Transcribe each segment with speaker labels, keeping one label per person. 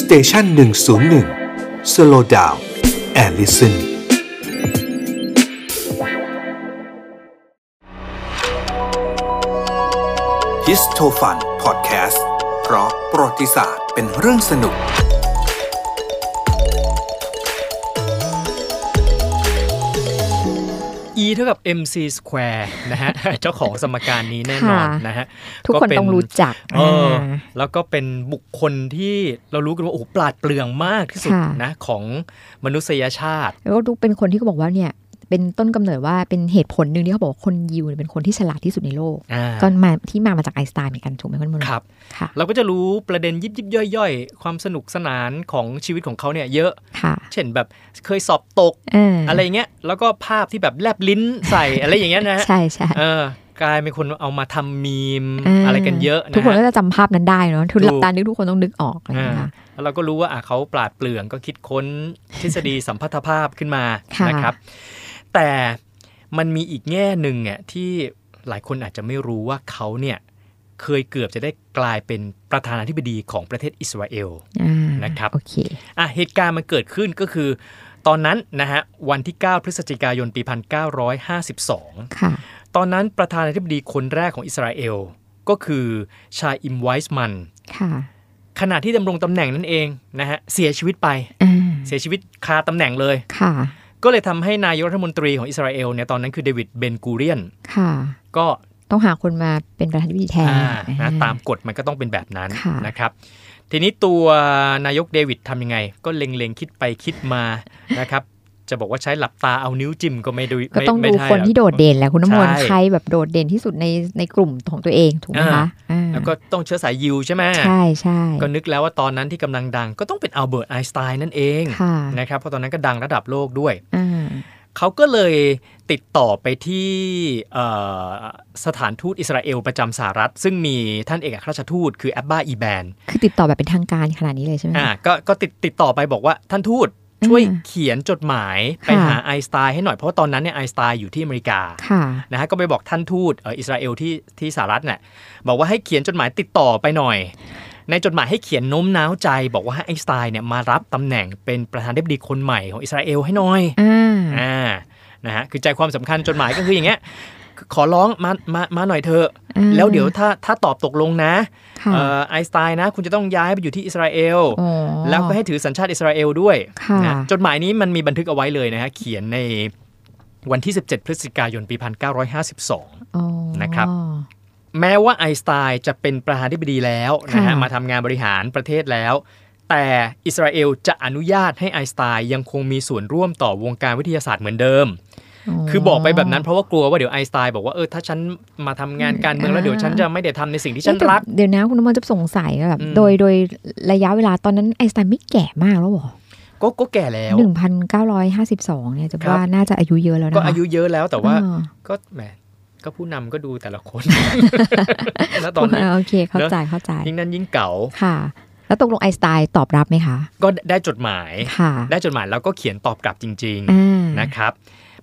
Speaker 1: สเตชันหนึ่งศูนย์หนึ่งสโลดาวแอลลิสัน ฮิสโทฟันพอดแคสต์เพราะประวัติศาสตร์เป็นเรื่องสนุก
Speaker 2: E เท่ากับ mc square นะฮ ะ เจ้าของสมการนี้แน่นอน
Speaker 3: ค่ะ
Speaker 2: นะฮะ
Speaker 3: ทุกคน
Speaker 2: เป็
Speaker 3: ต้องรู้จัก
Speaker 2: เอออา แล้วก็เป็นบุคคลที่เรารู้กันว่า โอ้โหปราดเปลืองมากที่สุด
Speaker 3: ค่ะ
Speaker 2: นะของมนุษยชาติ
Speaker 3: แล้วก็ดูเป็นคนที่เขาบอกว่าเนี่ยเป็นต้นกำเนิดว่าเป็นเหตุผลหนึ่งที่เขาบอกว่าคนยิวเนี่ยเป็นคนที่ฉลาดที่สุดในโลก
Speaker 2: อ่า
Speaker 3: ก็มาที่มามาจากไอน์สไตน์เหมือนกันถูกไหมคุณมนต์
Speaker 2: ครับ
Speaker 3: ค่ะ
Speaker 2: เราก็จะรู้ประเด็นยิบยิบย่อยย่อยๆ ความสนุกสนานของชีวิตของเขาเนี่ยเยอะ
Speaker 3: ค่ะ
Speaker 2: เช่นแบบเคยสอบตก
Speaker 3: อ่า
Speaker 2: อะไรเงี้ย แล้วก็ภาพที่แบบแลบลิ้นใส่ อะไรอย่างเงี้ยนะฮะ
Speaker 3: ใช่ใช่
Speaker 2: เออกลายเป็นคนเอามาทำมีม
Speaker 3: า
Speaker 2: อะไรกันเยอะนะฮะ
Speaker 3: ทุกคนก็จะจำภาพนั้นได้เนาะทุนหลั
Speaker 2: ถู
Speaker 3: บ
Speaker 2: ก
Speaker 3: ตานึกทุกคนต้องนึกออกอะไรอย่างเงี้ยค่ะ
Speaker 2: แล้วเราก็รู้ว่าอ่ะเขาปราดเปลืองก็คิดค้นทฤษฎี สัมพัทธภาพขึ้นมา
Speaker 3: ค่ะ
Speaker 2: นะครับ แต่มันมีอีกแง่หนึ่งเนี่ยที่หลายคนอาจจะไม่รู้ว่าเขาเนี่ยเคยเกือบจะได้กลายเป็นประธานาธิบดีของประเทศอิสราเอล
Speaker 3: อ่า
Speaker 2: นะครับ
Speaker 3: โอเค
Speaker 2: อ่ะเหตุการณ์มันเกิดขึ้นก็คือ ตอนนั้นนะฮะวันที่ 9 พฤศจิกายนปี 1952
Speaker 3: ค่ะ
Speaker 2: ตอนนั้นประธานาธิบดีคนแรกของอิสราเอล ก็คือชายอิมไวส์มัน
Speaker 3: ค่ะ
Speaker 2: ขณะที่ดำรงตำแหน่งนั่นเองนะฮะเสียชีวิตไป
Speaker 3: อ่า
Speaker 2: เสียชีวิตคาตำแหน่งเลย
Speaker 3: ค่ะ
Speaker 2: ก็เลยทำให้นายกรัฐมนตรีของอิสราเอลเนี่ยตอนนั้นคือเดวิดเบนกูเรียน
Speaker 3: ค่ะ
Speaker 2: ก็
Speaker 3: ต้องหาคนมาเป็นประธานาธิบดีแทน
Speaker 2: อ่านะตามกฎมันก็ต้องเป็นแบบนั้น
Speaker 3: ค่ะ
Speaker 2: นะครับ ทีนี้ตัวนายกเดวิดทำยังไง ก็เล็งๆ คิดไปคิดมา นะครับ จะบอกว่าใช้หลับตาเอานิ้วจิ้มก็ไม่ดู
Speaker 3: ก็ต้อง
Speaker 2: ไม่
Speaker 3: ดู
Speaker 2: ไม่ช่
Speaker 3: คน
Speaker 2: หรอก
Speaker 3: ที่โดดเด่นแหละคุณน้ำมนต์
Speaker 2: ใช่
Speaker 3: ใครแบบโดดเด่นที่สุดในในกลุ่มของตัวเองถูกไหม
Speaker 2: อ่า
Speaker 3: คะอ่า
Speaker 2: แล้วก็ต้องเชื้อสายยิวใช่ไหม
Speaker 3: ใช่ใช่
Speaker 2: ก็นึกแล้วว่าตอนนั้นที่กำลังดัง ก็ต้องเป็นอัลเบิร์ตไอน์สไตน์นั่นเอง
Speaker 3: ค่ะ
Speaker 2: นะครับเพราะตอนนั้นก็ดังระดับโลกด้วย
Speaker 3: อ่า
Speaker 2: เขาก็เลยติดต่อไปที่เอ่อสถานทูตอิสราเอลประจำสหรัฐ ซึ่งมีท่านเอกอัครราชทูตคือแอบบาอีแบน
Speaker 3: คือติดต่อแบบเป็นทางการขนาดนี้เลยใช่ไหม
Speaker 2: อ่า
Speaker 3: คะ
Speaker 2: ก็ก็ติดติดต่อไปบอกว่าท่านทูตช่วย
Speaker 3: อ่า
Speaker 2: เขียนจดหมายไป
Speaker 3: ค่ะ
Speaker 2: หาไอน์สไตน์ให้หน่อยเพราะว่าตอนนั้นเนี่ยไอน์สไตน์อยู่ที่อเมริกา
Speaker 3: ค่ะ
Speaker 2: นะฮะก็ไปบอกท่านทูตเอ่ออิสราเอลที่ที่สหรัฐเนี่ยบอกว่าให้เขียนจดหมายติดต่อไปหน่อย ในจดหมายให้เขียนโน้มน้าวใจ บอกว่าให้ไอน์สไตน์เนี่ยมารับตำแหน่งเป็นประธานาธิบดีคนใหม่ของอิสราเอลให้หน่อย
Speaker 3: อ่า
Speaker 2: อ่า นะฮะ คือใจความสำคัญจดหมายก็คืออย่างเงี้ย ขอร้องมา มา มาหน่อยเถอะ
Speaker 3: อ่า
Speaker 2: แล้วเดี๋ยวถ้า ถ้าตอบตกลงนะ
Speaker 3: ค่ะ
Speaker 2: เอ่อไอน์สไตน์นะ คุณจะต้องย้ายไปอยู่ที่อิสราเอล
Speaker 3: อ๋อ
Speaker 2: แล้วก็ให้ถือสัญชาติอิสราเอลด้วย
Speaker 3: ค่ะ
Speaker 2: นะจดหมายนี้มันมีบันทึกเอาไว้เลยนะฮะ เขียนในวันที่ 17 พฤศจิกายน ปี 1952
Speaker 3: อ๋อ
Speaker 2: นะครับ แม้ว่าไอน์สไตน์จะเป็นประธานาธิบดีแล้วนะฮะ
Speaker 3: ค่ะ
Speaker 2: มาทำงานบริหารประเทศแล้ว แต่อิสราเอลจะอนุญาตให้ไอน์สไตน์ยังคงมีส่วนร่วมต่อวงการวิทยาศาสตร์เหมือนเดิม คือบอกไปแบบนั้นเพราะว่ากลัวว่าเดี๋ยวไอน์สไตน์บอกว่าเออถ้าฉันมาทำงานการเมืองแล้วเดี๋ยวฉันจะไม่ได้ทำในสิ่งที่ฉัน
Speaker 3: เอ๊ะแต่
Speaker 2: รัก
Speaker 3: เดี๋ยวนะคุณน้ำมนต์จะสงสัยว่าแบบ
Speaker 2: อืม
Speaker 3: โดยโดยระยะเวลาตอนนั้นไอน์สไตน์ไม่แก่มากแล้วเหรอ
Speaker 2: ก็ก็แก่แล้ว
Speaker 3: หนึ่งพันเก้าร้อยห้าสิบสองเนี่ยจะ
Speaker 2: ครับ
Speaker 3: ว่าน่าจะอายุเยอะแล้วนะคะ
Speaker 2: ก็อายุเยอะแล้วแต่ว่า
Speaker 3: อ่า
Speaker 2: ก็แหมก็ผู้นำก็ดูแต่ละคน แล้วตอนนี้
Speaker 3: โอเคเข้า
Speaker 2: เนอะ
Speaker 3: ใจเข้าใจ
Speaker 2: ยิ่งนั้นยิ่งเก่า
Speaker 3: ค่ะ แล้วตกลงไอน์สไตน์ตอบรับไหมคะ
Speaker 2: ก็ได้จดหมาย
Speaker 3: ค่ะ
Speaker 2: ได้จดหมายแล้วก็เขียนตอบกลับจริง
Speaker 3: อ่า
Speaker 2: ๆนะครับ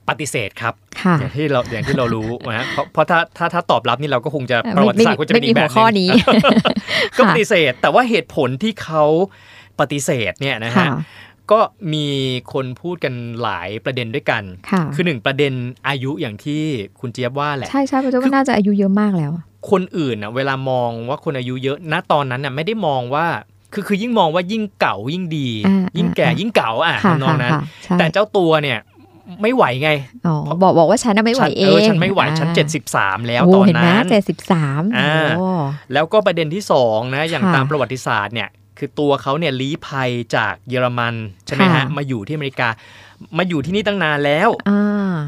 Speaker 2: ปฏิเสธครับ
Speaker 3: ค่ะ
Speaker 2: อย่างที่เราอย่างที่เรารู้นะฮะเพราะเพราะถ้าถ้าถ้าตอบรับนี่เราก็คงจะ
Speaker 3: เอ่อ
Speaker 2: ประวัติ
Speaker 3: ไม่ไม่
Speaker 2: ศาสตร์ก็จะ
Speaker 3: ไม่
Speaker 2: เป็น
Speaker 3: มี
Speaker 2: อีกแบ
Speaker 3: หั
Speaker 2: บ
Speaker 3: ว
Speaker 2: ห
Speaker 3: ข้อ
Speaker 2: นึง
Speaker 3: นี้
Speaker 2: ก็
Speaker 3: ค่ะ
Speaker 2: ปฏิเสธ แต่ว่าเหตุผลที่เขาปฏิเสธเนี่ยนะ
Speaker 3: ค่ะ
Speaker 2: ฮะ ก็มีคนพูดกันหลายประเด็นด้วยกัน
Speaker 3: ค่ะ
Speaker 2: คือหนึ่งประเด็นอายุอย่างที่คุณเจี๊ยบว่าแหละ
Speaker 3: ใช่ใช่เพราะว่าน่าจะอายุเยอะมากแล้วอะ
Speaker 2: คนอื่นนะเวลามองว่าคนอายุเยอะณตอนนั้นน่ะไม่ได้มองว่า คือคือยิ่งมองว่ายิ่งเก่ายิ่งดี
Speaker 3: า
Speaker 2: ยิ่งแก่
Speaker 3: อ่า
Speaker 2: ยิ่งเก่าอ่ะ
Speaker 3: ค่ะ
Speaker 2: ทำนองนั้น
Speaker 3: ค่ะใช่
Speaker 2: แต่เจ้าตัวเนี่ยไม่ไหวไง
Speaker 3: อ๋อบอกบอกว่าฉันน่ะไม่ไหว
Speaker 2: ฉัน
Speaker 3: เอง
Speaker 2: อฉันไม่ไหวฉัน
Speaker 3: อ่า
Speaker 2: 73 แล้วตอน
Speaker 3: โเห็นไหม
Speaker 2: นั้น
Speaker 3: เจ็ดสิบสาม
Speaker 2: อ่า
Speaker 3: โอ้
Speaker 2: แล้วก็ประเด็นที่สองนะอย่าง
Speaker 3: ค่ะ
Speaker 2: ตามประวัติศาสตร์เนี่ยคือตัวเขาเนี่ยลี้ภัยจากเยอรมันใช่ไหมฮะมาอยู่ที่อเมริกา มาอยู่ที่นี่ตั้งนานแล้ว
Speaker 3: อ่า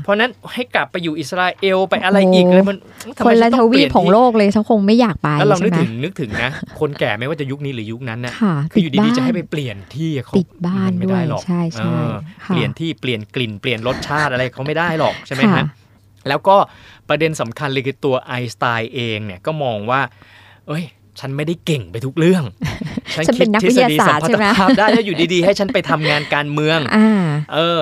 Speaker 2: เพราะนั้นให้กลับไปอยู่อิสราเอลไปอะไร
Speaker 3: โอ้โห
Speaker 2: อีกเลยมันทำ
Speaker 3: ค
Speaker 2: ไม
Speaker 3: น
Speaker 2: ฉั
Speaker 3: ละ
Speaker 2: ต้
Speaker 3: ท
Speaker 2: อเป
Speaker 3: วี
Speaker 2: ย
Speaker 3: ป
Speaker 2: น
Speaker 3: ของ
Speaker 2: ที่
Speaker 3: โลกเลยฉันคงไม่อยากไป
Speaker 2: แล้วเรานึ
Speaker 3: ใช่
Speaker 2: ก
Speaker 3: ไหม
Speaker 2: ถึงนึกถึงนะ คนแก่ไม่ว่าจะยุคนี้หรือยุคนั้นนะ
Speaker 3: ค่ะ
Speaker 2: คืออยู่ดีๆจะให้ไป
Speaker 3: ติด
Speaker 2: เปลี่ยนที่อะเขา
Speaker 3: บ้านติดบ้าน
Speaker 2: มัไม่
Speaker 3: ด้ว
Speaker 2: ได้
Speaker 3: ย
Speaker 2: หรอก
Speaker 3: ใช่
Speaker 2: เอ
Speaker 3: ใช่
Speaker 2: อ
Speaker 3: ค่ะ
Speaker 2: เปลี่ยนที่เปลี่ยนกลิ่นเปลี่ยนรสชาติอะไรเขาไม่ได้หรอกใช่ไหม
Speaker 3: ค่
Speaker 2: ฮะแล้วก็ประเด็นสำคัญเลยคือตัวไอน์สไตน์เองเนี่ยก็มองว่า เอ้ย ฉันไม่ได้เก่งไปทุกเรื่อง
Speaker 3: ฉันเป็นนักวิทยาศาสตร์ใช่ไหม
Speaker 2: ทได้แล้วอยู่ดีๆ ให้ฉันไปทำงานการเมือง
Speaker 3: อ่า
Speaker 2: เออ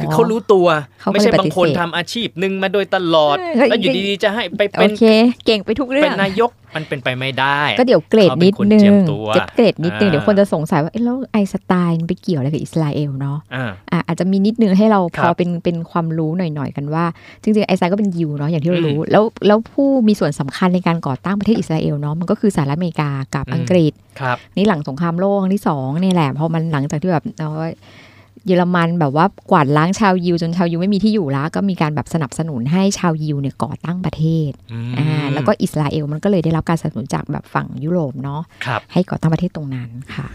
Speaker 2: คือเขารู้ตัว
Speaker 3: เขาก็เลย
Speaker 2: ไม่ใช่บางคน
Speaker 3: ปฏิเสธ
Speaker 2: ทำอาชีพหนึ่งมาโดยตลอด
Speaker 3: เออแล้ว
Speaker 2: แล้วอยู่
Speaker 3: จริง
Speaker 2: ดีๆจะให้ไป
Speaker 3: โอ
Speaker 2: เป็น
Speaker 3: เค เก่งไปทุกเรื่
Speaker 2: เป็
Speaker 3: อน ง
Speaker 2: นายก มันเป็นไปไม่ได้
Speaker 3: ก็เดี๋ยวเกรดนิด
Speaker 2: เขาเป็นคน
Speaker 3: นึ
Speaker 2: เจีย
Speaker 3: ง
Speaker 2: มตัว
Speaker 3: จะเกรดนิดนึง
Speaker 2: อ่า
Speaker 3: เดี๋ยวคนจะสงสัยว่าเอ๊ะแล้วไอสไตล์มันไปเกี่ยวอะไรกับอิสราเอลเนาะ
Speaker 2: อ่า
Speaker 3: อ่ะอาจจะมีนิดนึงให้เรา
Speaker 2: ครั
Speaker 3: พ
Speaker 2: บ
Speaker 3: อเป็นเป็นความรู้หน่อยๆกันว่า จริงๆไอสไตล์ก็เป็นยิวเนาะอย่างที่เรา
Speaker 2: อืม
Speaker 3: รู้ แล้วแล้วผู้มีส่วนสำคัญในการก่อตั้งประเทศอิสราเอลเนาะมันก็คือสหรัฐอเมริกากับ
Speaker 2: อืม
Speaker 3: อังกฤษ
Speaker 2: ครับ
Speaker 3: นี่หลังสงครามโลกครั้งที่สองเนี่ยแหละพอมันหลังจากที่แบบเอาเยอรมันแบบว่ากวาดล้างชาวยิวจนชาวยิวไม่มีที่อยู่แล้ว ก็มีการแบบสนับสนุนให้ชาวยิวเนี่ยก่อตั้งประเทศ
Speaker 2: อืม
Speaker 3: อ่าแล้วก็อิสราเอลมันก็เลยได้รับการสนับสนุนจากแบบฝั่งยุโรปเนาะ
Speaker 2: ครับ
Speaker 3: ให้ก่อตั้งประเทศตรงนั้นค่ะ